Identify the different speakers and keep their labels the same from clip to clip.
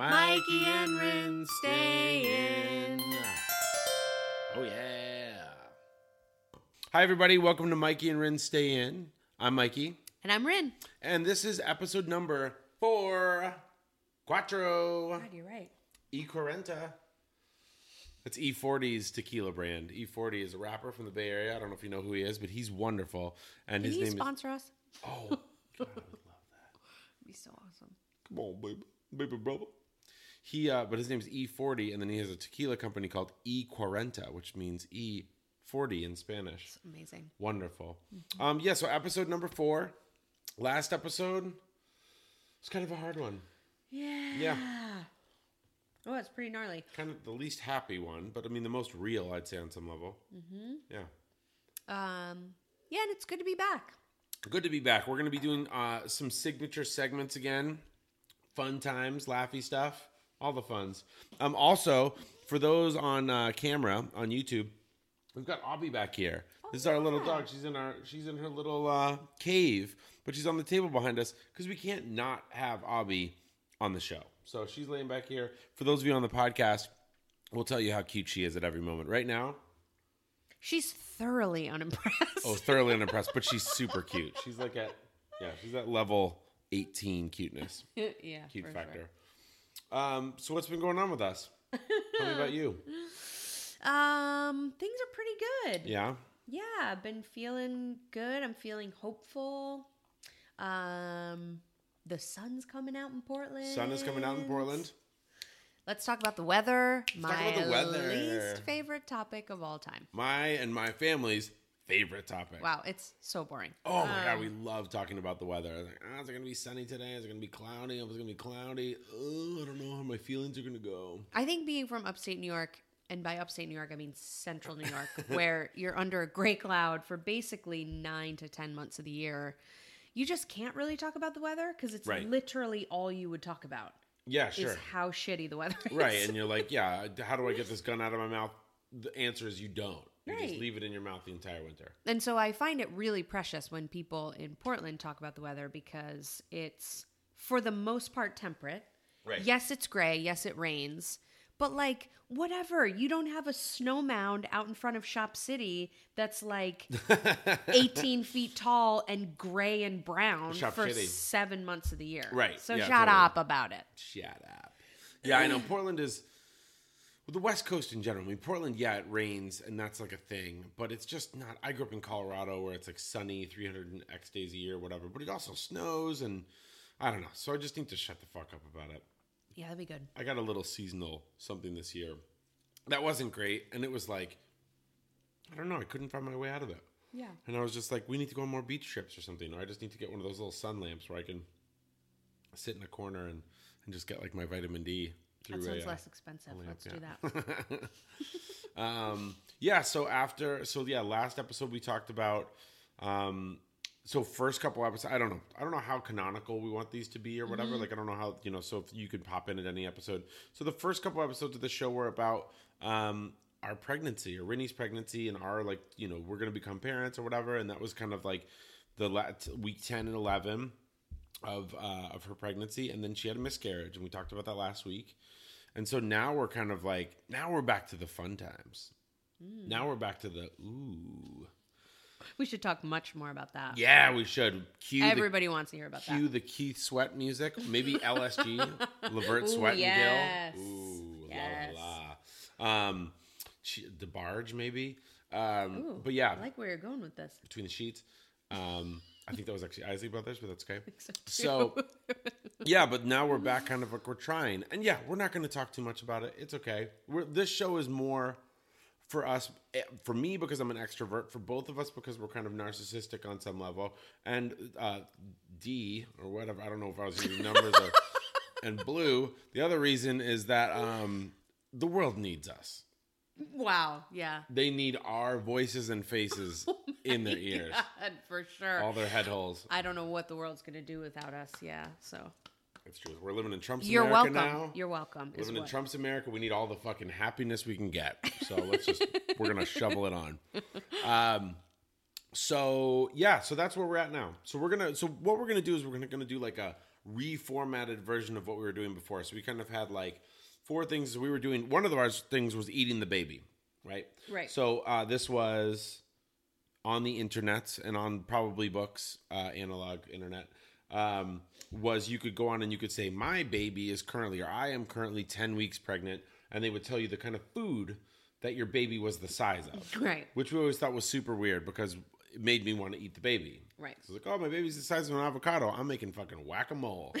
Speaker 1: Mikey and Rin stay in. Oh, yeah. Hi, everybody. Welcome to Mikey and Rin Stay In. I'm Mikey,
Speaker 2: And I'm Rin.
Speaker 1: and this is episode number four. Quattro.
Speaker 2: you're right.
Speaker 1: E Quarenta. It's E40's tequila brand. E40 is a rapper from the Bay Area. I don't know if you know who he is, but he's wonderful. And
Speaker 2: Can
Speaker 1: his
Speaker 2: you
Speaker 1: name
Speaker 2: sponsor us?
Speaker 1: is. Oh, God, I would love
Speaker 2: It'd be so awesome.
Speaker 1: Come on, baby, baby brother. He, uh, but his name's E40, and then he has a tequila company called E Cuarenta, which means E40 in Spanish.
Speaker 2: It's amazing.
Speaker 1: Wonderful. Um, yeah. So episode number four, last episode, it's kind of a hard one,
Speaker 2: Yeah. Oh, it's pretty gnarly.
Speaker 1: kind of the least happy one, but I mean the most real, I'd say, on some level. Mm-hmm. Yeah.
Speaker 2: Um, yeah, and it's good to be back.
Speaker 1: Good to be back. We're going to be doing uh, some signature segments again. Fun times, laughy stuff, all the funs. Um, also, for those on uh, camera on YouTube, we've got Abby back here. This is our little dog. She's in our she's in her little uh, cave, but she's on the table behind us because we can't not have Abby on the show. So she's laying back here. For those of you on the podcast, we'll tell you how cute she is at every moment. Right now,
Speaker 2: She's thoroughly unimpressed.
Speaker 1: Oh, thoroughly unimpressed, but she's super cute. She's like at yeah, she's at level eighteen cuteness,
Speaker 2: yeah.
Speaker 1: cute
Speaker 2: for sure.
Speaker 1: factor. Um, so what's been going on with us? Tell me about you.
Speaker 2: Um, things are pretty good.
Speaker 1: Yeah,
Speaker 2: Yeah, I've been feeling good. I'm feeling hopeful. Um, the sun's coming out in Portland.
Speaker 1: sun is coming out in Portland.
Speaker 2: Let's talk about the weather.
Speaker 1: talk
Speaker 2: My
Speaker 1: about the weather.
Speaker 2: least favorite topic of all time.
Speaker 1: My and my family's favorite topic.
Speaker 2: Wow, it's so boring. Um,
Speaker 1: Oh my god, we love talking about the weather. It's Like, ah, is it gonna be sunny today? Is it gonna be cloudy? Is it gonna be cloudy? Oh, I don't know how my feelings are gonna go.
Speaker 2: I think being from upstate New York, and by upstate New York, I mean central New York, where you're under a gray cloud for basically nine to 10 months of the year, you just can't really talk about the weather because it's
Speaker 1: Right.
Speaker 2: literally all you would talk about
Speaker 1: Yeah, sure.
Speaker 2: is how shitty the weather is.
Speaker 1: Right, and you're like, yeah, how do I get this gun out of my mouth? The answer is you don't. You just
Speaker 2: Right.
Speaker 1: leave it in your mouth the entire winter.
Speaker 2: And so I find it really precious when people in Portland talk about the weather because it's, for the most part, temperate.
Speaker 1: Right.
Speaker 2: Yes, it's gray. Yes, it rains. But like, whatever. You don't have a snow mound out in front of Shop City that's like 18 feet tall and gray and brown
Speaker 1: Shop
Speaker 2: for
Speaker 1: City.
Speaker 2: seven months of the year.
Speaker 1: Right,
Speaker 2: So
Speaker 1: yeah,
Speaker 2: shut
Speaker 1: totally.
Speaker 2: up about it.
Speaker 1: Shut up. Yeah, I know. Portland is well, the West Coast in general. I mean, Portland, yeah, it rains and that's like a thing, but it's just not. I grew up in Colorado where it's like sunny 300 and X days a year, whatever, but it also snows and I don't know. So I just need to shut the fuck up about it.
Speaker 2: Yeah, that'd be good.
Speaker 1: I got a little seasonal something this year that wasn't great. And it was like, I don't know. I couldn't find my way out of it.
Speaker 2: Yeah.
Speaker 1: And I was just like, we need to go on more beach trips or something. Or I just need to get one of those little sun lamps where I can sit in a corner and, and just get like my vitamin D.
Speaker 2: That
Speaker 1: through
Speaker 2: sounds
Speaker 1: a, uh,
Speaker 2: less expensive. Let's do that.
Speaker 1: um, yeah. So after, so yeah, last episode we talked about, um, so first couple episodes, I don't know, I don't know how canonical we want these to be or whatever. Like I don't know how you know. So if you could pop in at any episode. So the first couple episodes of the show were about um, our pregnancy or Rennie's pregnancy and our like you know we're gonna become parents or whatever, and that was kind of like the la- t- week ten and eleven of uh, of her pregnancy, and then she had a miscarriage, and we talked about that last week. And so now we're kind of like now we're back to the fun times. Now we're back to the ooh.
Speaker 2: We should talk much more about that.
Speaker 1: Yeah, we should cue
Speaker 2: Everybody wants to hear
Speaker 1: the
Speaker 2: about
Speaker 1: cue
Speaker 2: that.
Speaker 1: the Keith Sweat music, maybe LSG, Lavert
Speaker 2: Ooh,
Speaker 1: Sweat
Speaker 2: yes.
Speaker 1: and Gill. Ooh,
Speaker 2: Yes.
Speaker 1: la la. Um, she, the barge maybe. Um,
Speaker 2: Ooh,
Speaker 1: but yeah,
Speaker 2: I like where you're going with this.
Speaker 1: between the sheets. Um, I think that was actually Isley Brothers, but that's okay.
Speaker 2: So,
Speaker 1: So, yeah, but now we're back, kind of like we're trying, and yeah, we're not going to talk too much about it. It's okay. We're, this show is more for us, eh, for me because I'm an extrovert, for both of us because we're kind of narcissistic on some level, and uh, D or whatever. I don't know if I was using numbers or and blue. The other reason is that um, the world needs us.
Speaker 2: wow. Yeah.
Speaker 1: They need our voices and faces in their ears,
Speaker 2: God, for sure.
Speaker 1: all their head holes.
Speaker 2: I don't know what the world's going to do without us. Yeah. So
Speaker 1: It's true. We're living in Trump's
Speaker 2: you're
Speaker 1: America
Speaker 2: welcome.
Speaker 1: now.
Speaker 2: You're welcome. Is
Speaker 1: Living in
Speaker 2: what-
Speaker 1: Trump's America, we need all the fucking happiness we can get. So let's just we're gonna shovel it on. Um, so yeah, so that's where we're at now. So we're gonna so what we're gonna do is we're gonna, gonna do like a reformatted version of what we were doing before. So we kind of had like four things we were doing. One of our things was eating the baby, right?
Speaker 2: Right.
Speaker 1: So uh, this was on the internet and on probably books, uh, analog internet. Um, was you could go on and you could say my baby is currently or I am currently ten weeks pregnant, and they would tell you the kind of food that your baby was the size of,
Speaker 2: Right.
Speaker 1: which we always thought was super weird because it made me want to eat the baby.
Speaker 2: Right.
Speaker 1: So it's like, oh, my baby's the size of an avocado. I'm making fucking whack a mole.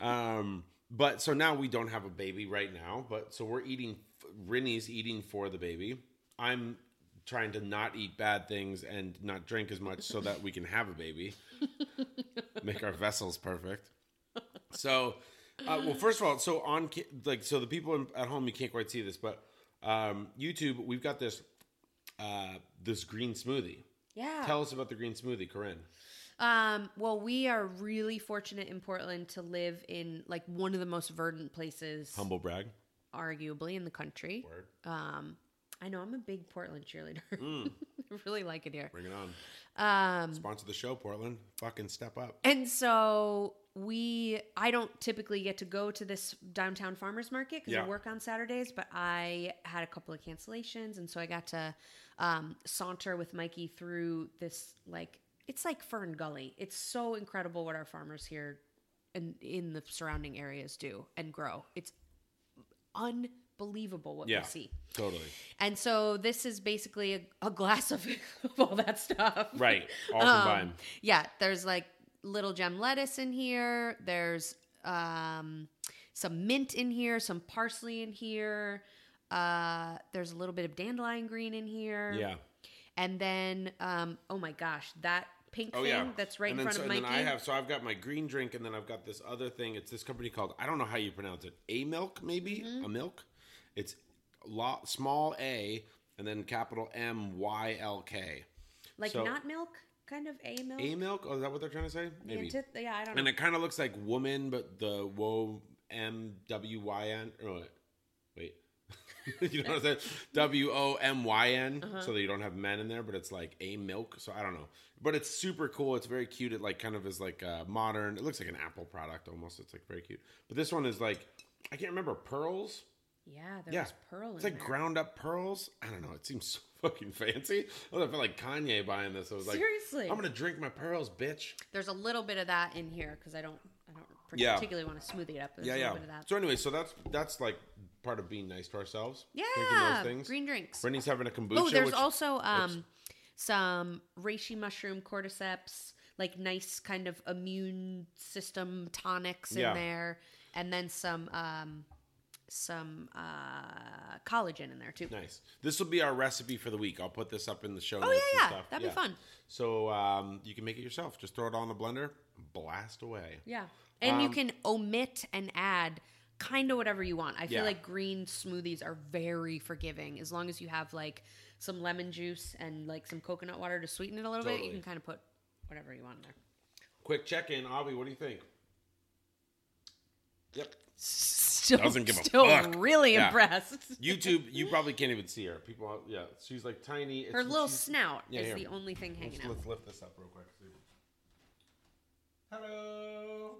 Speaker 1: um, but so now we don't have a baby right now. But so we're eating, Rennie's eating for the baby. I'm trying to not eat bad things and not drink as much so that we can have a baby, make our vessels perfect. So, uh, well, first of all, so on ca- like so the people in- at home you can't quite see this, but um, YouTube we've got this uh, this green smoothie.
Speaker 2: Yeah.
Speaker 1: Tell us about the green smoothie, Corinne.
Speaker 2: Um, well, we are really fortunate in Portland to live in like one of the most verdant places,
Speaker 1: Humble brag.
Speaker 2: arguably, in the country.
Speaker 1: Word.
Speaker 2: Um, I know I'm a big Portland cheerleader. I really like it here.
Speaker 1: Mm, Bring it on.
Speaker 2: Um,
Speaker 1: Sponsor the show, Portland. Fucking step up.
Speaker 2: and so we, I don't typically get to go to this downtown farmers market because
Speaker 1: Yeah.
Speaker 2: I work on Saturdays, but I had a couple of cancellations, and so I got to um, saunter with Mikey through this like it's like Fern Gully. It's so incredible what our farmers here and in the surrounding areas do and grow. It's unbelievable what
Speaker 1: Yeah.
Speaker 2: we see.
Speaker 1: Totally.
Speaker 2: And so this is basically a, a glass of, of all that stuff.
Speaker 1: Right. All
Speaker 2: Um,
Speaker 1: combined.
Speaker 2: Yeah. There's like little gem lettuce in here. There's um, some mint in here, some parsley in here. Uh, there's a little bit of dandelion green in here.
Speaker 1: Yeah.
Speaker 2: And then, um, oh my gosh, that pink
Speaker 1: Oh
Speaker 2: thing
Speaker 1: yeah.
Speaker 2: that's right
Speaker 1: and
Speaker 2: in
Speaker 1: then,
Speaker 2: front
Speaker 1: so,
Speaker 2: of
Speaker 1: and
Speaker 2: Mikey.
Speaker 1: then I have so I've got my green drink and then I've got this other thing. It's this company called I don't know how you pronounce it. A milk maybe
Speaker 2: Mm-hmm.
Speaker 1: a milk. It's lot small a and then capital M Y L K.
Speaker 2: like
Speaker 1: so-
Speaker 2: not milk, kind of a milk.
Speaker 1: A milk. Oh, is that what they're trying to say?
Speaker 2: The
Speaker 1: Maybe.
Speaker 2: antith- yeah, I don't know.
Speaker 1: And it kind of looks like woman, but the woe M W Y N. oh, Wait, you know what I'm saying? W O M Y N.
Speaker 2: Uh-huh.
Speaker 1: So that you don't have men in there, but it's like a milk. So I don't know, but it's super cool. It's very cute. It like kind of is like uh, modern. It looks like an Apple product almost. It's like very cute. But this one is like I can't remember pearls.
Speaker 2: yeah, there
Speaker 1: Yeah.
Speaker 2: was pearl in
Speaker 1: It's like
Speaker 2: there.
Speaker 1: ground up pearls. I don't know. It seems so fucking fancy. I felt like Kanye buying this. I was like,
Speaker 2: Seriously.
Speaker 1: I'm gonna drink my pearls, bitch.
Speaker 2: There's a little bit of that in here because I don't, I don't
Speaker 1: Yeah.
Speaker 2: particularly want to smoothie it up. There's a
Speaker 1: yeah,
Speaker 2: little
Speaker 1: yeah.
Speaker 2: bit of that.
Speaker 1: So anyway, so that's that's like part of being nice to ourselves. drinking
Speaker 2: yeah,
Speaker 1: those things.
Speaker 2: green drinks.
Speaker 1: Brittany's having a kombucha.
Speaker 2: oh, there's
Speaker 1: which,
Speaker 2: also um, some reishi mushroom cordyceps, like nice kind of immune system tonics in
Speaker 1: Yeah.
Speaker 2: there, and then some um, some uh, collagen in there too.
Speaker 1: nice. This will be our recipe for the week. I'll put this up in the show.
Speaker 2: Oh yeah,
Speaker 1: notes and
Speaker 2: yeah,
Speaker 1: stuff.
Speaker 2: that'd be fun.
Speaker 1: So um, you can make it yourself. Just throw it all in the blender, blast away.
Speaker 2: Yeah, and
Speaker 1: Um,
Speaker 2: you can omit and add kind of whatever you want. I feel
Speaker 1: Yeah.
Speaker 2: like green smoothies are very forgiving as long as you have like some lemon juice and like some coconut water to sweeten it a little bit.
Speaker 1: Totally.
Speaker 2: You can kind of put whatever you want in there.
Speaker 1: Quick check in, Avi. What do you think? Yep.
Speaker 2: still
Speaker 1: Doesn't give a
Speaker 2: still
Speaker 1: fuck.
Speaker 2: really
Speaker 1: Yeah.
Speaker 2: impressed.
Speaker 1: YouTube. You probably can't even see her. People. Yeah. She's like tiny. It's,
Speaker 2: Her little
Speaker 1: she's-
Speaker 2: snout
Speaker 1: Yeah,
Speaker 2: is
Speaker 1: here.
Speaker 2: the only thing hanging
Speaker 1: Let's,
Speaker 2: out.
Speaker 1: let's lift this up real quick. Hello.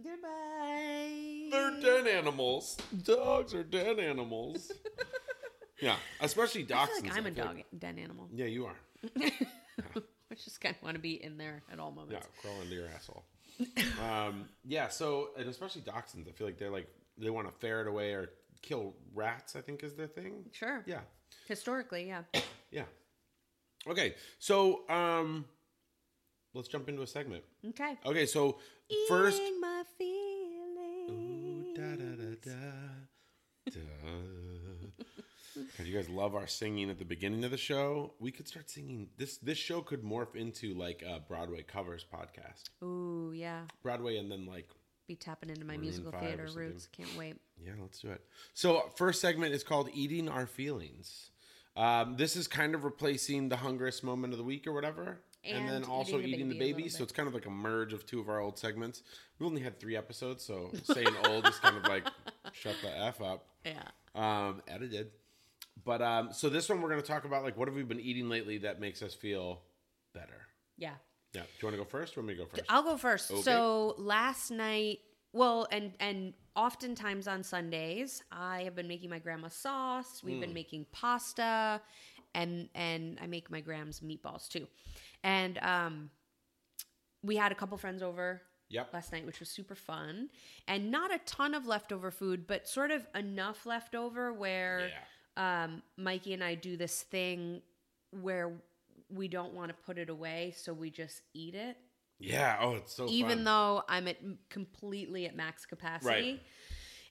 Speaker 2: Goodbye.
Speaker 1: They're dead animals. Dogs are dead animals. yeah, especially
Speaker 2: I
Speaker 1: dogs.
Speaker 2: feel like I'm a dog, den animal.
Speaker 1: Yeah, you are.
Speaker 2: I just kind of want to be in there at all
Speaker 1: Yeah,
Speaker 2: moments.
Speaker 1: crawl into your asshole. um, yeah, so and especially dachshunds, I feel like they're like they want to ferret away or kill rats. I think is their thing.
Speaker 2: Sure.
Speaker 1: Yeah,
Speaker 2: Historically, yeah.
Speaker 1: yeah. Okay, so um, let's jump into a segment.
Speaker 2: Okay.
Speaker 1: Okay, so first
Speaker 2: Eating my
Speaker 1: Ooh,
Speaker 2: feelings.
Speaker 1: da, da, da, da, da. God, you guys love our singing at the beginning of the show. We could start singing. This this show could morph into like a Broadway covers podcast.
Speaker 2: Ooh, yeah.
Speaker 1: Broadway and then like
Speaker 2: Be tapping into my
Speaker 1: Maroon
Speaker 2: musical
Speaker 1: five or
Speaker 2: theater
Speaker 1: something.
Speaker 2: roots. Can't wait.
Speaker 1: yeah, let's do it. So first segment is called Eating Our Feelings. Um, this is kind of replacing the hungriest moment of the week or whatever. And,
Speaker 2: And
Speaker 1: then also
Speaker 2: Eating the
Speaker 1: eating the
Speaker 2: Baby a
Speaker 1: baby.
Speaker 2: little
Speaker 1: so
Speaker 2: bit.
Speaker 1: it's kind of like a merge of two of our old segments. We only had three episodes, so saying old is kind of like shut the F up.
Speaker 2: Yeah.
Speaker 1: um, edited. But um, so this one we're going to talk about like what have we been eating lately that makes us feel better.
Speaker 2: Yeah.
Speaker 1: Yeah. Do you want to go first? Or want me to go first?
Speaker 2: I'll go first.
Speaker 1: Okay.
Speaker 2: So last night, well, and and oftentimes on Sundays, I have been making my grandma's sauce. We've
Speaker 1: Hmm.
Speaker 2: been making pasta, and and I make my grams meatballs too. And um, we had a couple friends over
Speaker 1: yep.
Speaker 2: last night, which was super fun, and not a ton of leftover food, but sort of enough leftover where
Speaker 1: Yeah.
Speaker 2: um, Mikey and I do this thing where we don't want to put it away, so we just eat it
Speaker 1: Yeah. Oh, it's so
Speaker 2: even
Speaker 1: fun.
Speaker 2: though I'm at completely at max capacity.
Speaker 1: Right.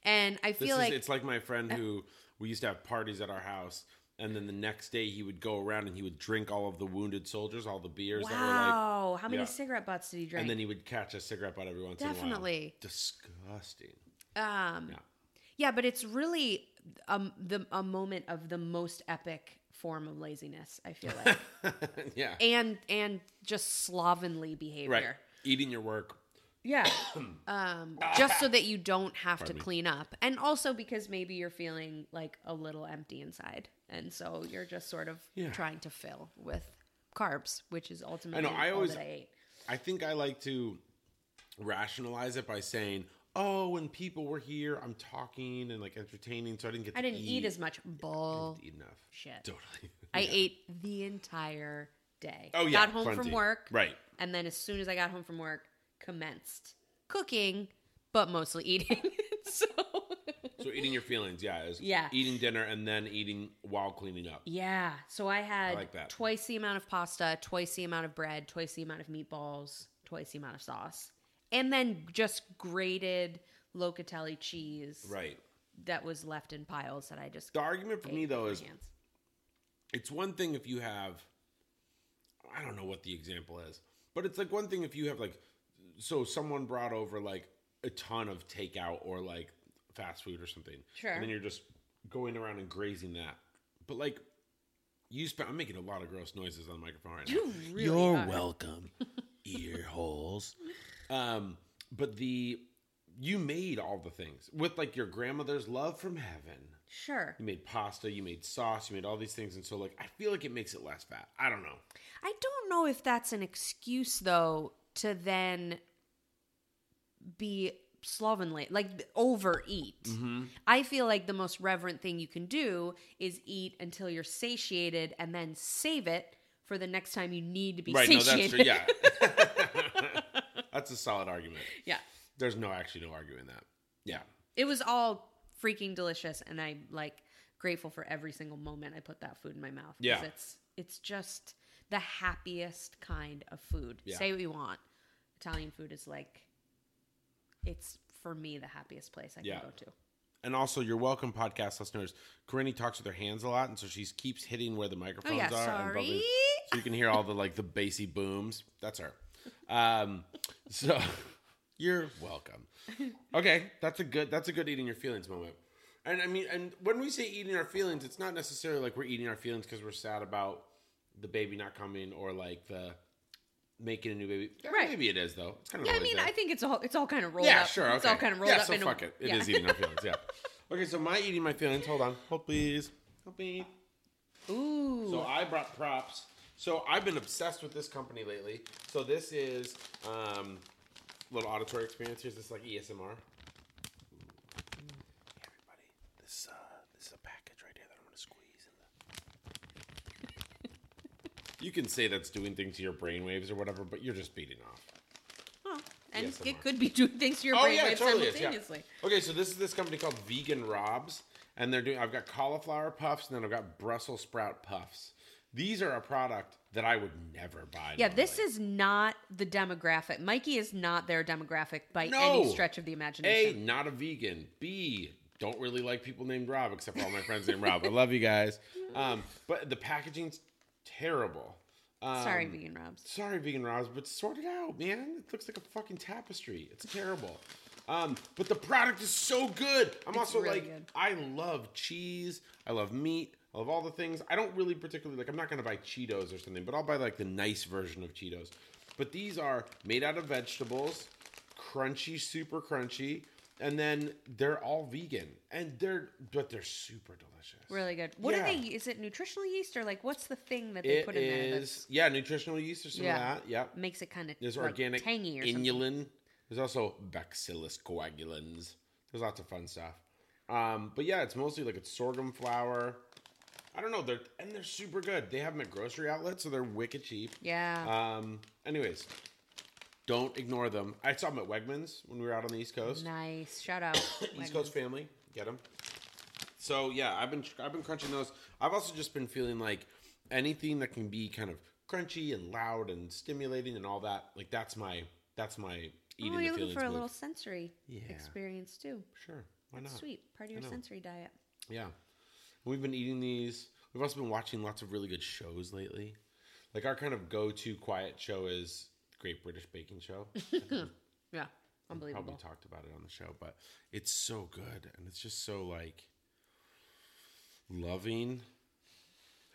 Speaker 2: And I
Speaker 1: This
Speaker 2: feel
Speaker 1: is,
Speaker 2: like
Speaker 1: it's like my friend who we used to have parties at our house, and then the next day he would go around and he would drink all of the wounded soldiers, all the beers that were like,
Speaker 2: wow, how many
Speaker 1: yeah.
Speaker 2: cigarette butts did he drink?
Speaker 1: and then he would catch a cigarette butt every once in a while.
Speaker 2: Definitely.
Speaker 1: Disgusting.
Speaker 2: um,
Speaker 1: Yeah.
Speaker 2: yeah. but it's really um the a moment of the most epic form of laziness. I feel like
Speaker 1: yeah.
Speaker 2: and and just slovenly behavior.
Speaker 1: Right. Eating your work.
Speaker 2: Yeah. um, just so that you don't have to
Speaker 1: Pardon me.
Speaker 2: clean up. And also because maybe you're feeling like a little empty inside. And so you're just sort of
Speaker 1: Yeah.
Speaker 2: trying to fill with carbs, which is ultimately
Speaker 1: I
Speaker 2: all
Speaker 1: always-
Speaker 2: that I ate.
Speaker 1: I think I like to rationalize it by saying, "Oh, when people were here, I'm talking and like entertaining, so I didn't get.
Speaker 2: I
Speaker 1: to
Speaker 2: didn't eat, as much bull
Speaker 1: eat enough.
Speaker 2: shit.
Speaker 1: Totally.
Speaker 2: I ate the entire day.
Speaker 1: oh yeah.
Speaker 2: Got home from
Speaker 1: plenty.
Speaker 2: work.
Speaker 1: Right.
Speaker 2: And then as soon as I got home from work, commenced cooking, but mostly eating. so
Speaker 1: So eating your feelings, yeah, is
Speaker 2: Yeah.
Speaker 1: eating dinner and then eating while cleaning up.
Speaker 2: Yeah. So I had
Speaker 1: like that.
Speaker 2: twice the amount of pasta, twice the amount of bread, twice the amount of meatballs, twice the amount of sauce, and then just grated locatelli cheese
Speaker 1: Right.
Speaker 2: that was left in piles that I just
Speaker 1: The argument for
Speaker 2: ate
Speaker 1: me
Speaker 2: with
Speaker 1: though
Speaker 2: my
Speaker 1: is
Speaker 2: hands.
Speaker 1: it's one thing if you have I don't know what the example is, but it's like one thing if you have like so someone brought over like a ton of takeout or like fast food or something.
Speaker 2: Sure.
Speaker 1: And then you're just going around and grazing that. But like you spent I'm making a lot of gross noises on the microphone right now.
Speaker 2: you really
Speaker 1: You're
Speaker 2: are.
Speaker 1: welcome, ear holes. Um, but the you made all the things with like your grandmother's love from heaven.
Speaker 2: Sure.
Speaker 1: You made pasta, you made sauce, you made all these things, and so like I feel like it makes it less fat. I don't know.
Speaker 2: I don't know if that's an excuse though to then be slovenly, like overeat.
Speaker 1: Mm-hmm.
Speaker 2: I feel like the most reverent thing you can do is eat until you're satiated and then save it for the next time you need to be
Speaker 1: right? No, that's
Speaker 2: satiated.
Speaker 1: true. Yeah, that's a solid argument.
Speaker 2: yeah.
Speaker 1: There's no actually no arguing that. Yeah,
Speaker 2: It was all freaking delicious and I like grateful for every single moment I put that food in my mouth. 'cause
Speaker 1: Yeah.
Speaker 2: It's it's just the happiest kind of food.
Speaker 1: Yeah.
Speaker 2: Say what you want. Italian food is like it's for me the happiest place I can
Speaker 1: Yeah.
Speaker 2: go to.
Speaker 1: and also your welcome podcast listeners. Corinne talks with her hands a lot, and so she keeps hitting where the microphones
Speaker 2: Oh, yeah,
Speaker 1: are. and
Speaker 2: sorry.
Speaker 1: bumping- so you can hear all the like the bassy booms. That's her. Um, so you're welcome. Okay, that's a good that's a good eating your feelings moment. And I mean, and when we say eating our feelings, it's not necessarily like we're eating our feelings because we're sad about the baby not coming or like the making a new baby. Yeah,
Speaker 2: Right.
Speaker 1: Maybe it is though. It's kind of
Speaker 2: Yeah, I
Speaker 1: always
Speaker 2: mean,
Speaker 1: there.
Speaker 2: I think it's all it's all kind of rolled
Speaker 1: Yeah,
Speaker 2: up.
Speaker 1: sure. Okay.
Speaker 2: It's all kind of rolled
Speaker 1: yeah,
Speaker 2: up
Speaker 1: so
Speaker 2: into
Speaker 1: fuck it. It is
Speaker 2: yeah.
Speaker 1: eating our feelings. Yeah. Okay, so my eating my feelings. Hold on. Hold please. Hold please.
Speaker 2: Ooh.
Speaker 1: So I brought props. So I've been obsessed with this company lately. So this is um, little auditory experience. Here's this like E ESMR. Everybody, this uh, this is a package right here that I'm gonna squeeze. In the... you can say that's doing things to your brainwaves or whatever, but you're just beating off.
Speaker 2: Oh, and
Speaker 1: Yes, I'm
Speaker 2: it could be doing things to your brain waves
Speaker 1: is, Oh, yeah.
Speaker 2: simultaneously.
Speaker 1: Okay, so this is this company called Vegan Robs, and they're doing. I've got cauliflower puffs, and then I've got Brussels sprout puffs. These are a product that I would never buy.
Speaker 2: Yeah, this is not the demographic. Mikey is not their demographic by
Speaker 1: No.
Speaker 2: any stretch of the
Speaker 1: a
Speaker 2: imagination.
Speaker 1: not a vegan. B don't really like people named Rob except for all my friends named Rob. I love you guys, um, but the packaging's terrible. Um,
Speaker 2: Sorry, vegan Robs.
Speaker 1: Sorry, vegan Robs, but sort it out, man. It looks like a fucking tapestry. It's terrible. Um, but the product is so good. I'm also
Speaker 2: really
Speaker 1: like,
Speaker 2: good.
Speaker 1: I love cheese. I love meat. I love all the things. I don't really particularly like. I'm not gonna buy Cheetos or something, but I'll buy like the nice version of Cheetos. But these are made out of vegetables, crunchy, super crunchy. and then they're all vegan, and they're but they're super delicious.
Speaker 2: Really good. What
Speaker 1: Yeah.
Speaker 2: are they? Is it nutritional yeast or like what's the thing that they
Speaker 1: It
Speaker 2: put in there
Speaker 1: is
Speaker 2: that
Speaker 1: yeah, nutritional yeast or some
Speaker 2: Yeah.
Speaker 1: of that. Yep.
Speaker 2: makes it kind of
Speaker 1: There's
Speaker 2: like
Speaker 1: organic
Speaker 2: tangy or something?
Speaker 1: inulin. There's also Bacillus coagulans. There's lots of fun stuff. Um, but yeah, it's mostly like it's sorghum flour. I don't know. They're and they're super good. They have them at grocery outlets, so they're wicked cheap.
Speaker 2: Yeah.
Speaker 1: Um, anyways, don't ignore them. I saw them at Wegmans when we were out on the East Coast.
Speaker 2: nice. Shout out. oh,
Speaker 1: East
Speaker 2: Wegmans.
Speaker 1: Coast family, get them. So yeah, I've been I've been crunching those. I've also just been feeling like anything that can be kind of crunchy and loud and stimulating and all that. Like that's my that's my eating
Speaker 2: Oh,
Speaker 1: the
Speaker 2: you're
Speaker 1: feelings
Speaker 2: looking for a
Speaker 1: move.
Speaker 2: little sensory
Speaker 1: Yeah.
Speaker 2: experience too.
Speaker 1: Sure, why not?
Speaker 2: Sweet. Part of your
Speaker 1: know.
Speaker 2: sensory diet.
Speaker 1: Yeah, we've been eating these. We've also been watching lots of really good shows lately. Like our kind of go-to quiet show is Great British Baking Show.
Speaker 2: Yeah.
Speaker 1: probably
Speaker 2: Unbelievable.
Speaker 1: talked about it on the show, but it's so good and it's just so like loving.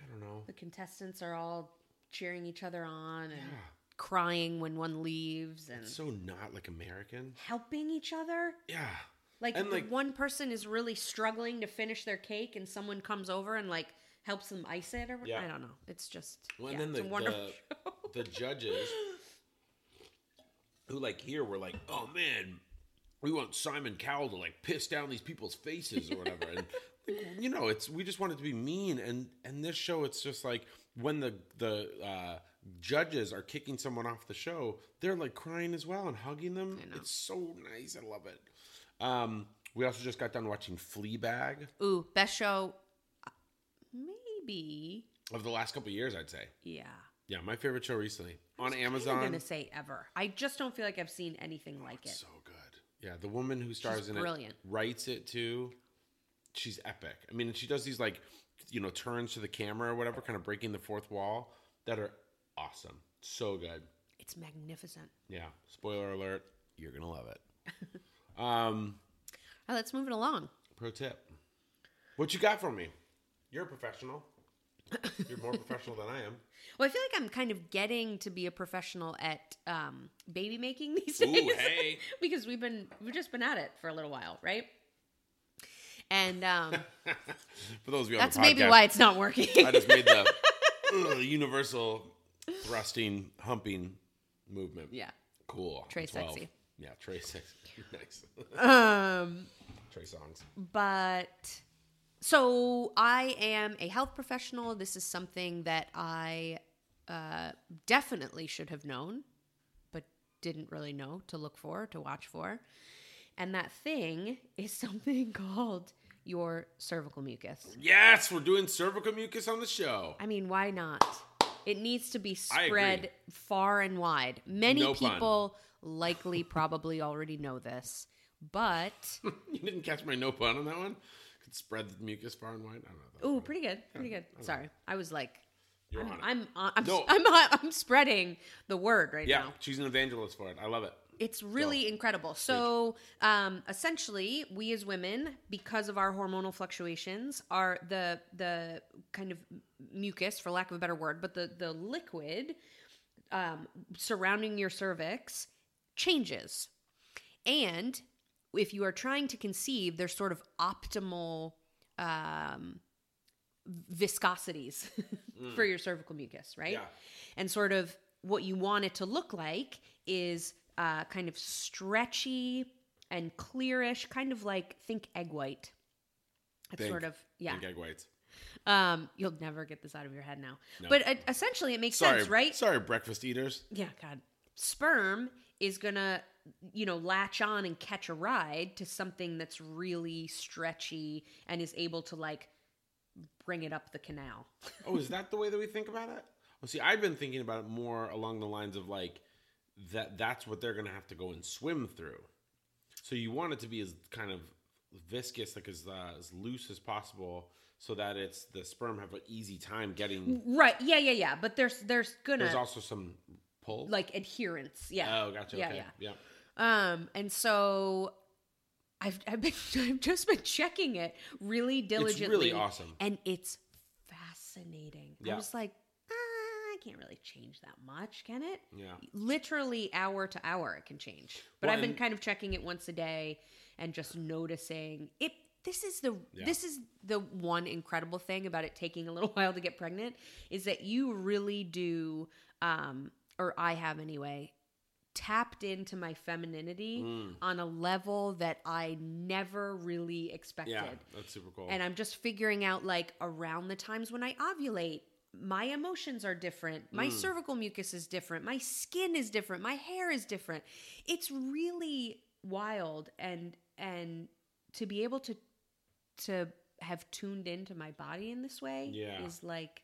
Speaker 1: I don't know.
Speaker 2: The contestants are all cheering each other on and
Speaker 1: Yeah.
Speaker 2: crying when one leaves and
Speaker 1: Ah, It's so not like American.
Speaker 2: helping each other.
Speaker 1: Yeah.
Speaker 2: Like,
Speaker 1: And,
Speaker 2: the
Speaker 1: like-
Speaker 2: one person is really struggling to finish their cake, and someone comes over and like helps them ice it, or what-
Speaker 1: Yeah.
Speaker 2: I don't know. It's just
Speaker 1: Well, and
Speaker 2: yeah,
Speaker 1: then
Speaker 2: it's
Speaker 1: the,
Speaker 2: a wonderful
Speaker 1: the,
Speaker 2: show.
Speaker 1: the judges who like here were like, oh man, we want Simon Cowell to like piss down these people's faces or whatever. and like, you know, it's we just want it to be mean. And and this show, it's just like when the the uh, judges are kicking someone off the show, they're like crying as well and hugging them.
Speaker 2: I know.
Speaker 1: It's so nice. I love it. Um, we also just got done watching Fleabag
Speaker 2: Ooh, best show. uh, Maybe.
Speaker 1: of the last couple of years, I'd say.
Speaker 2: Yeah.
Speaker 1: Yeah, my favorite show recently on
Speaker 2: I'm
Speaker 1: Amazon. Oh,
Speaker 2: gonna say ever. I just don't feel like I've seen anything like it.
Speaker 1: So good. Yeah, the woman who stars in
Speaker 2: brilliant.
Speaker 1: it writes it too. She's epic. I mean, and she does these like, you know, turns to the camera or whatever, kind of breaking the fourth wall that are awesome. So good.
Speaker 2: It's magnificent.
Speaker 1: Yeah. Spoiler alert, you're going to love it. um,
Speaker 2: All right, let's move it along.
Speaker 1: pro tip. What you got for me? You're a professional. You're more professional than I am.
Speaker 2: Well, I feel like I'm kind of getting to be a professional at um, baby making these days.
Speaker 1: Ooh, hey.
Speaker 2: because we've been we've just been at it for a little while, right? And um,
Speaker 1: For those of you on
Speaker 2: that's
Speaker 1: the podcast,
Speaker 2: maybe why it's not working.
Speaker 1: I just made the ugh, universal thrusting, humping movement.
Speaker 2: yeah.
Speaker 1: Cool.
Speaker 2: Trey
Speaker 1: 12.
Speaker 2: Sexy.
Speaker 1: Yeah, Trey Sexy. nice.
Speaker 2: Um,
Speaker 1: Trey Songs.
Speaker 2: but so I am a health professional. This is something that I uh, definitely should have known, but didn't really know to look for, to watch for. And that thing is something called your cervical mucus.
Speaker 1: Yes, we're doing cervical mucus on the show.
Speaker 2: I mean, why not? It needs to be
Speaker 1: I agree.
Speaker 2: spread far and wide. Many
Speaker 1: No pun.
Speaker 2: people likely probably already know this, but
Speaker 1: You didn't catch my no pun on that one? Could spread the mucus far and wide. I don't know. That
Speaker 2: ooh,
Speaker 1: was-
Speaker 2: pretty good, pretty good. Sorry, I was like,
Speaker 1: You're
Speaker 2: I'm
Speaker 1: on it.
Speaker 2: I'm on- I'm,
Speaker 1: No.
Speaker 2: I'm, uh, I'm spreading the word right
Speaker 1: yeah,
Speaker 2: now.
Speaker 1: she's an evangelist for it. I love it.
Speaker 2: It's really incredible. So, um, essentially, we as women, because of our hormonal fluctuations, are the the kind of mucus, for lack of a better word, but the the liquid um, surrounding your cervix changes, and if you are trying to conceive, there's sort of optimal um, viscosities for your cervical mucus, right?
Speaker 1: Mm. Yeah.
Speaker 2: and sort of what you want it to look like is uh, kind of stretchy and clearish, kind of like think egg white. It's
Speaker 1: Think.
Speaker 2: sort of yeah.
Speaker 1: Big egg whites.
Speaker 2: Um, you'll never get this out of your head now, but uh, essentially it makes
Speaker 1: Sorry,
Speaker 2: sense, right?
Speaker 1: Sorry, breakfast eaters.
Speaker 2: Yeah, God. Sperm is gonna, you know, latch on and catch a ride to something that's really stretchy and is able to like bring it up the canal.
Speaker 1: Oh, is that the way that we think about it? Well, see, I've been thinking about it more along the lines of like that that's what they're going to have to go and swim through. So you want it to be as kind of viscous, like as, uh, as loose as possible so that it's the sperm have an easy time getting.
Speaker 2: Right? Yeah, yeah, yeah. But there's there's
Speaker 1: Hmm.
Speaker 2: gonna
Speaker 1: There's also some pull.
Speaker 2: like adherence. Yeah.
Speaker 1: oh, gotcha.
Speaker 2: yeah,
Speaker 1: okay.
Speaker 2: yeah.
Speaker 1: yeah.
Speaker 2: Um, and so I've I've been I've just been checking it really
Speaker 1: It's
Speaker 2: diligently.
Speaker 1: really awesome.
Speaker 2: And it's fascinating.
Speaker 1: Yeah.
Speaker 2: I was like, ah, I can't really change that much, can it?
Speaker 1: Yeah.
Speaker 2: Literally hour to hour it can change. But
Speaker 1: Well,
Speaker 2: I've been
Speaker 1: and-
Speaker 2: kind of checking it once a day and just noticing it this is the
Speaker 1: Yeah.
Speaker 2: this is the one incredible thing about it taking a little while to get pregnant is that you really do um or I have anyway tapped into my femininity
Speaker 1: Mm.
Speaker 2: on a level that I never really expected.
Speaker 1: Yeah, that's super cool.
Speaker 2: And I'm just figuring out like around the times when I ovulate, my emotions are different. My
Speaker 1: Mm.
Speaker 2: cervical mucus is different. My skin is different. My hair is different. It's really wild and and to be able to to have tuned into my body in this way
Speaker 1: Yeah.
Speaker 2: is like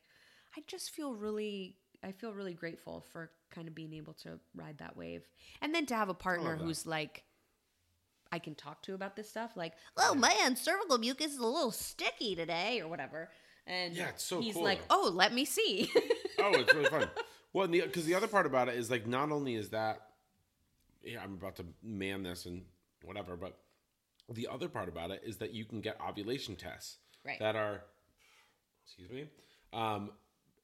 Speaker 2: I just feel really I feel really grateful for kind of being able to ride that wave. And then to have a partner
Speaker 1: that.
Speaker 2: who's like I can talk to about this stuff, like, oh man, cervical mucus is a little sticky today, or whatever. And
Speaker 1: Yeah, it's so
Speaker 2: he's
Speaker 1: cool.
Speaker 2: like, oh, let me see.
Speaker 1: oh, it's really fun. Well, because the, other part about it is like not only is that, yeah, I'm about to man this and whatever, but the other part about it is that you can get ovulation tests
Speaker 2: Right.
Speaker 1: that are, excuse me, um,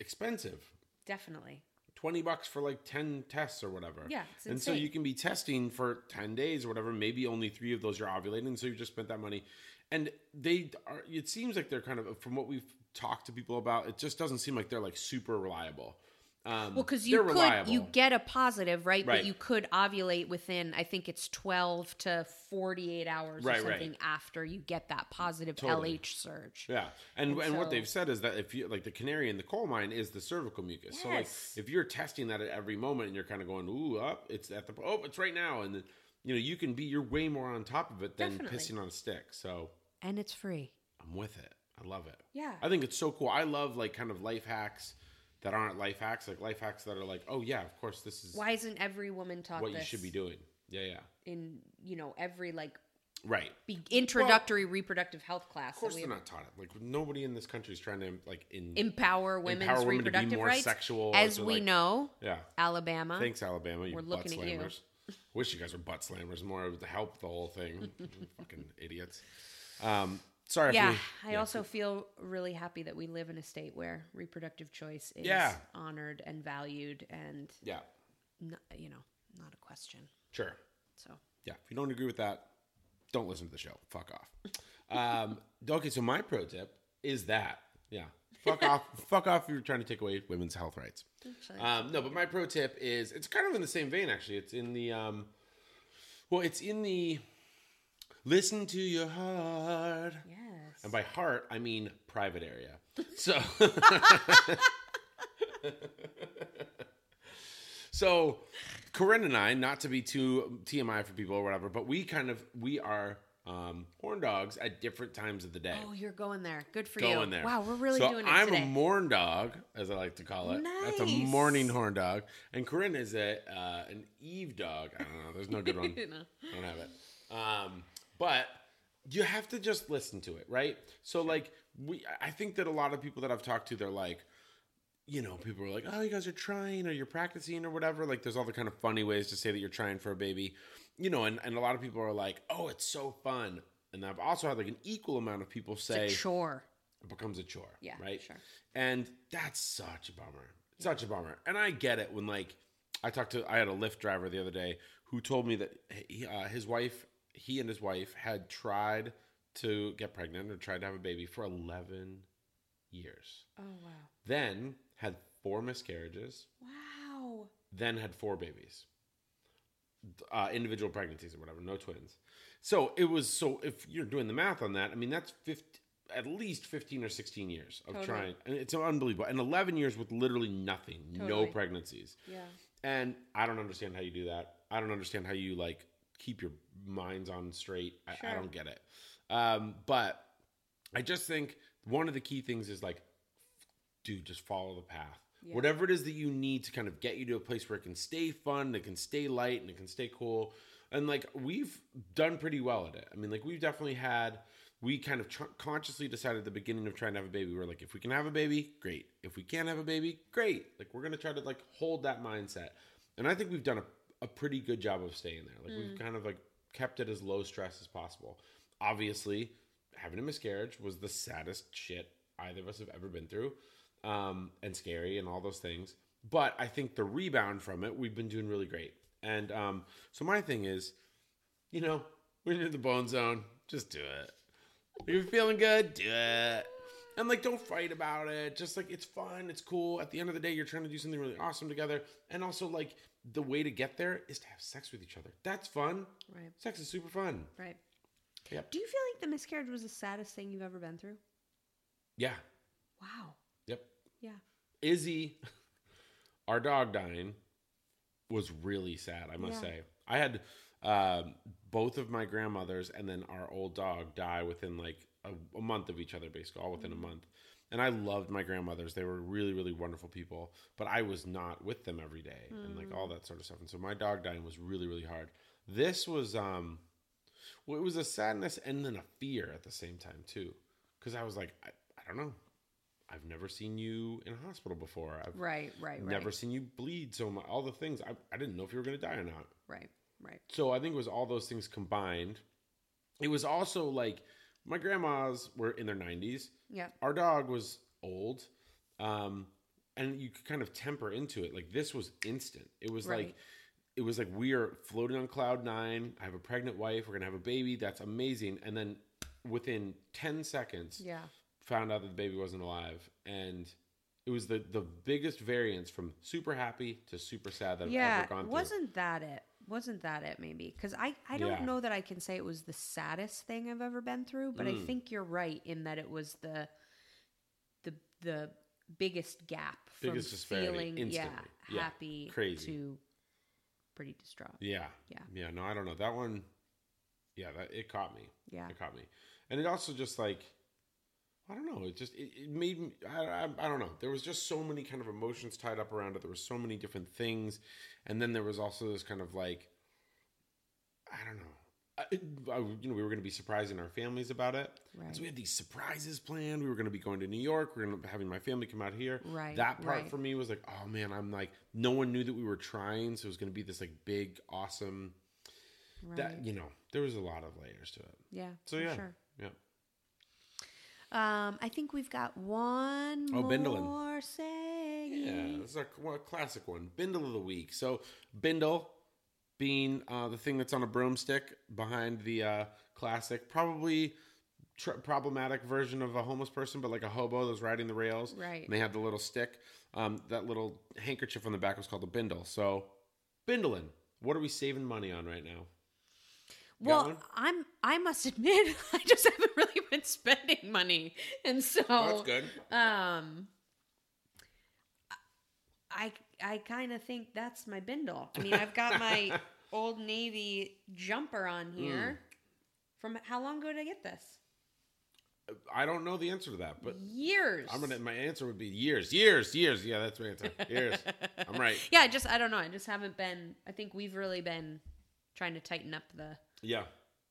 Speaker 1: expensive.
Speaker 2: Definitely.
Speaker 1: 20 bucks for like 10 tests or whatever.
Speaker 2: Yeah, it's
Speaker 1: And so
Speaker 2: insane.
Speaker 1: you can be testing for 10 days or whatever. Maybe only three of those are ovulating. So you just spent that money. And they are, it seems like they're kind of, from what we've talked to people about, it just doesn't seem like they're like super reliable. Um,
Speaker 2: Well, because you
Speaker 1: they're
Speaker 2: could
Speaker 1: reliable.
Speaker 2: you get a positive, right?
Speaker 1: Right.
Speaker 2: But you could ovulate within, I think it's twelve to forty-eight hours
Speaker 1: Right,
Speaker 2: or
Speaker 1: right.
Speaker 2: something after you get that positive
Speaker 1: Totally.
Speaker 2: LH surge.
Speaker 1: Yeah, and and, what
Speaker 2: so-
Speaker 1: they've said is that if you like the canary in the coal mine is the cervical mucus. So like
Speaker 2: Yes.
Speaker 1: if you're testing that at every moment and you're kind of going ooh up, it's at the oh it's right now, and then you know you can be you're way more on top of it than
Speaker 2: Definitely.
Speaker 1: pissing on a stick. So
Speaker 2: And it's free.
Speaker 1: I'm with it. I love it.
Speaker 2: Yeah.
Speaker 1: I think it's so cool. I love like kind of life hacks that aren't life hacks, like life hacks that are like oh yeah, of course this is
Speaker 2: Why isn't every woman taught
Speaker 1: what
Speaker 2: this
Speaker 1: you should be doing. Yeah, yeah,
Speaker 2: in you know every like
Speaker 1: right.
Speaker 2: be- introductory reproductive health class?
Speaker 1: Of course
Speaker 2: that we
Speaker 1: they're not taught it. Like nobody in this country is trying to like in
Speaker 2: empower women's
Speaker 1: Empower women to be
Speaker 2: reproductive
Speaker 1: more
Speaker 2: rights.
Speaker 1: sexual,
Speaker 2: as
Speaker 1: to,
Speaker 2: we
Speaker 1: like-
Speaker 2: know,
Speaker 1: yeah.
Speaker 2: Alabama.
Speaker 1: Thanks, Alabama. You
Speaker 2: We're
Speaker 1: butt
Speaker 2: looking at you.
Speaker 1: slammers. Wish you guys were butt slammers more to help the whole thing. You Fucking idiots. Um, sorry. if
Speaker 2: Yeah,
Speaker 1: we-
Speaker 2: I also feel really happy that we live in a state where reproductive choice is
Speaker 1: Yeah.
Speaker 2: honored and valued, and
Speaker 1: Yeah.
Speaker 2: n- you know, not a question.
Speaker 1: Sure.
Speaker 2: So
Speaker 1: Yeah. If you don't agree with that, don't listen to the show. Fuck off. Um, okay. So my pro tip is that. Yeah. Fuck off. Fuck off. If you're trying to take away women's health rights.
Speaker 2: actually,
Speaker 1: Um, no, but my pro tip is it's kind of in the same vein actually. It's in the um, well, it's in the listen to your heart.
Speaker 2: yes,
Speaker 1: And by heart, I mean private area. So, so Corinne and I, not to be too TMI for people or whatever, but we kind of we are um, horn dogs at different times of the day.
Speaker 2: oh, you're going there. Good for you.
Speaker 1: Going there.
Speaker 2: Wow, we're really
Speaker 1: so
Speaker 2: doing it
Speaker 1: I'm
Speaker 2: today.
Speaker 1: a morn dog, as I like to call it. That's a
Speaker 2: Nice.
Speaker 1: morning horn dog, and Corinne is a uh, an eve dog. I don't know. There's no good one.
Speaker 2: You know.
Speaker 1: I don't have it. Um, but you have to just listen to it, right? So like we I think that a lot of people that I've talked to, they're like, you know, people are like, Oh, you guys are trying or you're practicing or whatever. Like there's all the kind of funny ways to say that you're trying for a baby. You know, and, and a lot of people are like, Oh, it's so fun. And I've also had like an equal amount of people say
Speaker 2: It's a chore.
Speaker 1: it becomes a chore.
Speaker 2: Yeah,
Speaker 1: Right?
Speaker 2: sure.
Speaker 1: And that's such a bummer. Such a bummer. And I get it when, like, I talked to, I had a Lyft driver the other day who told me that he, uh, his wife, he and his wife had tried to get pregnant or tried to have a baby for 11 years.
Speaker 2: Oh wow,
Speaker 1: Then had four miscarriages,
Speaker 2: wow.
Speaker 1: then had four babies. Uh, individual pregnancies or whatever, no twins. So it was so if you're doing the math on that, I mean that's 50, at least 15 or 16 years of
Speaker 2: Totally.
Speaker 1: trying. And it's unbelievable. And 11 years with literally nothing, no
Speaker 2: Totally.
Speaker 1: pregnancies.
Speaker 2: Yeah,
Speaker 1: And I don't understand how you do that. I don't understand how you like keep your minds on straight. I, I
Speaker 2: Sure.
Speaker 1: don't get it. Um, but I just think one of the key things is like, dude, just follow the path.
Speaker 2: Yeah.
Speaker 1: Whatever it is that you need to kind of get you to a place where it can stay fun, it can stay light, and it can stay cool. And like we've done pretty well at it. I mean, like we've definitely had. We kind of tr- consciously decided at the beginning of trying to have a baby, we're like, if we can have a baby, great. If we can't have a baby, great. Like we're gonna try to like hold that mindset. And I think we've done a, a pretty good job of staying there. Like we've kind of like kept it as low stress as possible. Obviously, having a miscarriage was the saddest shit either of us have ever been through, um, and scary and all those things. But I think the rebound from it, we've been doing really great. And um, so my thing is, you know, When you're in the bone zone, just do it. If you're feeling good, do it. And like, don't fight about it. Just like, it's fun. It's cool. At the end of the day, you're trying to do something really awesome together. And also, like, the way to get there is to have sex with each other. That's fun.
Speaker 2: Right.
Speaker 1: Sex is super fun.
Speaker 2: Right.
Speaker 1: Yep.
Speaker 2: Do you feel like the miscarriage was the saddest thing you've ever been through?
Speaker 1: Yeah.
Speaker 2: Wow.
Speaker 1: Yep.
Speaker 2: Yeah.
Speaker 1: Izzy, our dog dying, was really sad, I must
Speaker 2: Yeah.
Speaker 1: say. I had um, both of my grandmothers and then our old dog die within like a, a month of each other, basically, all within a month. And I loved my grandmothers. They were really, really wonderful people, but I was not with them every day and like all that sort of stuff. And so my dog dying was really, really hard. This was, um, well, it was a sadness and then a fear at the same time, too. Cause I was like, I, I don't know. I've never seen you in a hospital before. I've
Speaker 2: Right. Right. Right.
Speaker 1: never seen you bleed so much. All the things. I, I didn't know if you were going to die or not.
Speaker 2: Right. Right.
Speaker 1: So I think it was all those things combined. It was also like my grandmas were in their 90s.
Speaker 2: Yeah.
Speaker 1: Our dog was old. Um, and you could kind of temper into it. Like this was instant. It was like
Speaker 2: Right.
Speaker 1: it was like we are floating on cloud nine. I have a pregnant wife. We're gonna have a baby. That's amazing. And then within ten seconds,
Speaker 2: Yeah.
Speaker 1: found out that the baby wasn't alive and it was the the biggest variance from super happy to super sad that I've
Speaker 2: Yeah.
Speaker 1: ever gone through.
Speaker 2: Wasn't that it? Wasn't that it? Maybe because I I don't
Speaker 1: Yeah.
Speaker 2: know that I can say it was the saddest thing I've ever been through, but
Speaker 1: Mm.
Speaker 2: I think you're right in that it was the the the biggest gap from
Speaker 1: Biggest disparity,
Speaker 2: feeling
Speaker 1: instantly.
Speaker 2: yeah
Speaker 1: Yeah,
Speaker 2: happy
Speaker 1: crazy.
Speaker 2: to pretty distraught.
Speaker 1: Yeah.
Speaker 2: Yeah.
Speaker 1: Yeah. No, I don't know that one. Yeah, that it caught me.
Speaker 2: Yeah.
Speaker 1: It caught me, and it also just like I don't know. It just it, it made me. I, I I don't know. There was just so many kind of emotions tied up around it. There were so many different things, and then there was also this kind of like I don't know. I, I, you know, we were going to be surprising our families about it.
Speaker 2: Right.
Speaker 1: So we had these surprises planned. We were going to be going to New York. We are going to be having my family come out here.
Speaker 2: Right,
Speaker 1: That part
Speaker 2: right.
Speaker 1: for me was like, oh man, I'm like, no one knew that we were trying, so it was going to be this like big, awesome.
Speaker 2: Right.
Speaker 1: That you know, there was a lot of layers to it.
Speaker 2: yeah.
Speaker 1: So
Speaker 2: for
Speaker 1: yeah,
Speaker 2: Sure.
Speaker 1: yeah.
Speaker 2: Um, I think we've got one
Speaker 1: Oh, Bendelin.
Speaker 2: more saying.
Speaker 1: Yeah, this is our well, classic one, Bindle of the Week. So, Bindle being uh, the thing that's on a broomstick behind the uh, classic, probably tr- problematic version of a homeless person, but like a hobo that's riding the rails.
Speaker 2: Right.
Speaker 1: And they have the little stick. Um, that little handkerchief on the back was called a bindle. So, bindling. What are we saving money on right now?
Speaker 2: Well,
Speaker 1: one?
Speaker 2: I'm I must admit I just haven't really been spending money. And so
Speaker 1: Oh, good.
Speaker 2: um I I kind of think that's my bindle. I mean, I've got my old navy jumper
Speaker 1: Mm.
Speaker 2: on here. From how long ago did I get this?
Speaker 1: I don't know the answer to that, but
Speaker 2: Years.
Speaker 1: I'm gonna. My answer would be years, years, years. Yeah, that's my answer. Years. I'm right.
Speaker 2: Yeah, I just I don't know. I just haven't been I think we've really been trying to tighten up the
Speaker 1: Yeah.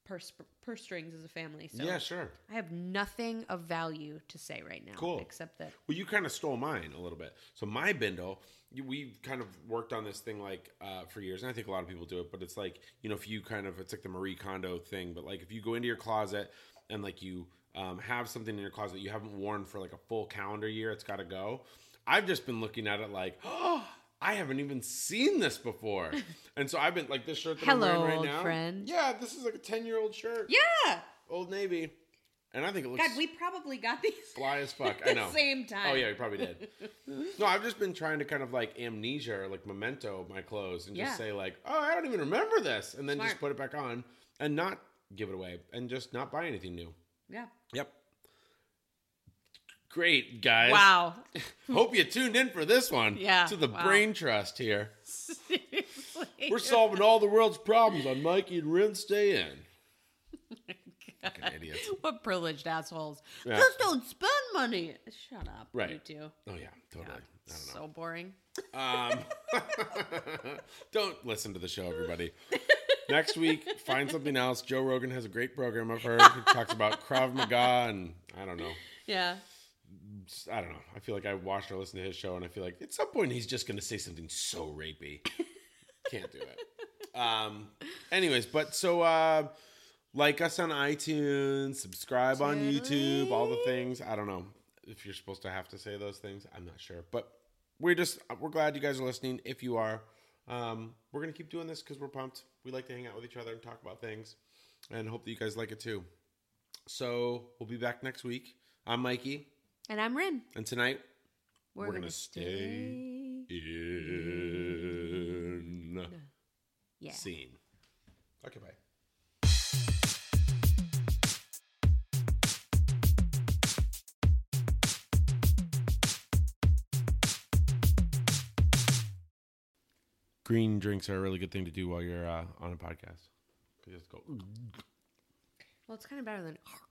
Speaker 2: purse purse strings as a family. So
Speaker 1: Yeah. Sure.
Speaker 2: I have nothing of value to say right now.
Speaker 1: Cool.
Speaker 2: Except that
Speaker 1: Well, you kind of stole mine a little bit. So my bindle, you- we've kind of worked on this thing like uh, for years, and I think a lot of people do it. But it's like you know, if you kind of it's like the Marie Kondo thing, but like if you go into your closet and like you um, have something in your closet you haven't worn for like a full calendar year, it's got to go. I've just been looking at it like, oh, I haven't even seen this before, and so I've been like this shirt that I'm
Speaker 2: Hello,
Speaker 1: wearing right
Speaker 2: old
Speaker 1: now.
Speaker 2: friend.
Speaker 1: Yeah, this is like a ten year old shirt,
Speaker 2: Yeah.
Speaker 1: Old Navy, and I think it looks
Speaker 2: God, we probably got these
Speaker 1: fly as fuck.
Speaker 2: at
Speaker 1: I
Speaker 2: the
Speaker 1: know.
Speaker 2: same time.
Speaker 1: Oh yeah, you probably did. no, I've just been trying to kind of like amnesia or like memento my clothes and
Speaker 2: Yeah.
Speaker 1: just say like, oh, I don't even remember this, and then just
Speaker 2: Smart.
Speaker 1: put it back on and not give it away and just not buy anything new.
Speaker 2: Yeah.
Speaker 1: Yep. Great guys.
Speaker 2: Wow.
Speaker 1: Hope you tuned in for this one.
Speaker 2: Yeah,
Speaker 1: To the
Speaker 2: wow.
Speaker 1: brain trust here.
Speaker 2: Seriously.
Speaker 1: We're solving all the world's problems on Mikey and Rin Stay In. Fucking idiots.
Speaker 2: What privileged assholes.
Speaker 1: Yeah.
Speaker 2: Just don't spend money. Shut up.
Speaker 1: Right.
Speaker 2: You two.
Speaker 1: Oh yeah, totally. I don't know.
Speaker 2: So boring.
Speaker 1: Um, don't listen to the show, everybody. Next week, find something else. Joe Rogan has a great program I've heard. He talks about Krav Maga and I don't know.
Speaker 2: Yeah.
Speaker 1: Just- I don't know. I feel like I watched or listened to his show and I feel like at some point he's just going to say something so rapey. Can't do it. Um, anyways, but so uh, like us on iTunes, subscribe on YouTube, all the things. I don't know if you're supposed to have to say those things. I'm not sure, but we're just we're glad you guys are listening. If you are, um, we're gonna keep doing this because we're pumped. We like to hang out with each other and talk about things. and hope that you guys like it too. So we'll be back next week. I'm Mikey,
Speaker 2: And I'm Rin.
Speaker 1: and tonight
Speaker 2: We're,
Speaker 1: We're
Speaker 2: gonna,
Speaker 1: gonna
Speaker 2: stay.
Speaker 1: in
Speaker 2: Yeah.
Speaker 1: scene. Okay, bye. Green drinks are a really good thing to do while you're uh, on a podcast. 'Cause You just go.
Speaker 2: Well, it's kind of better than.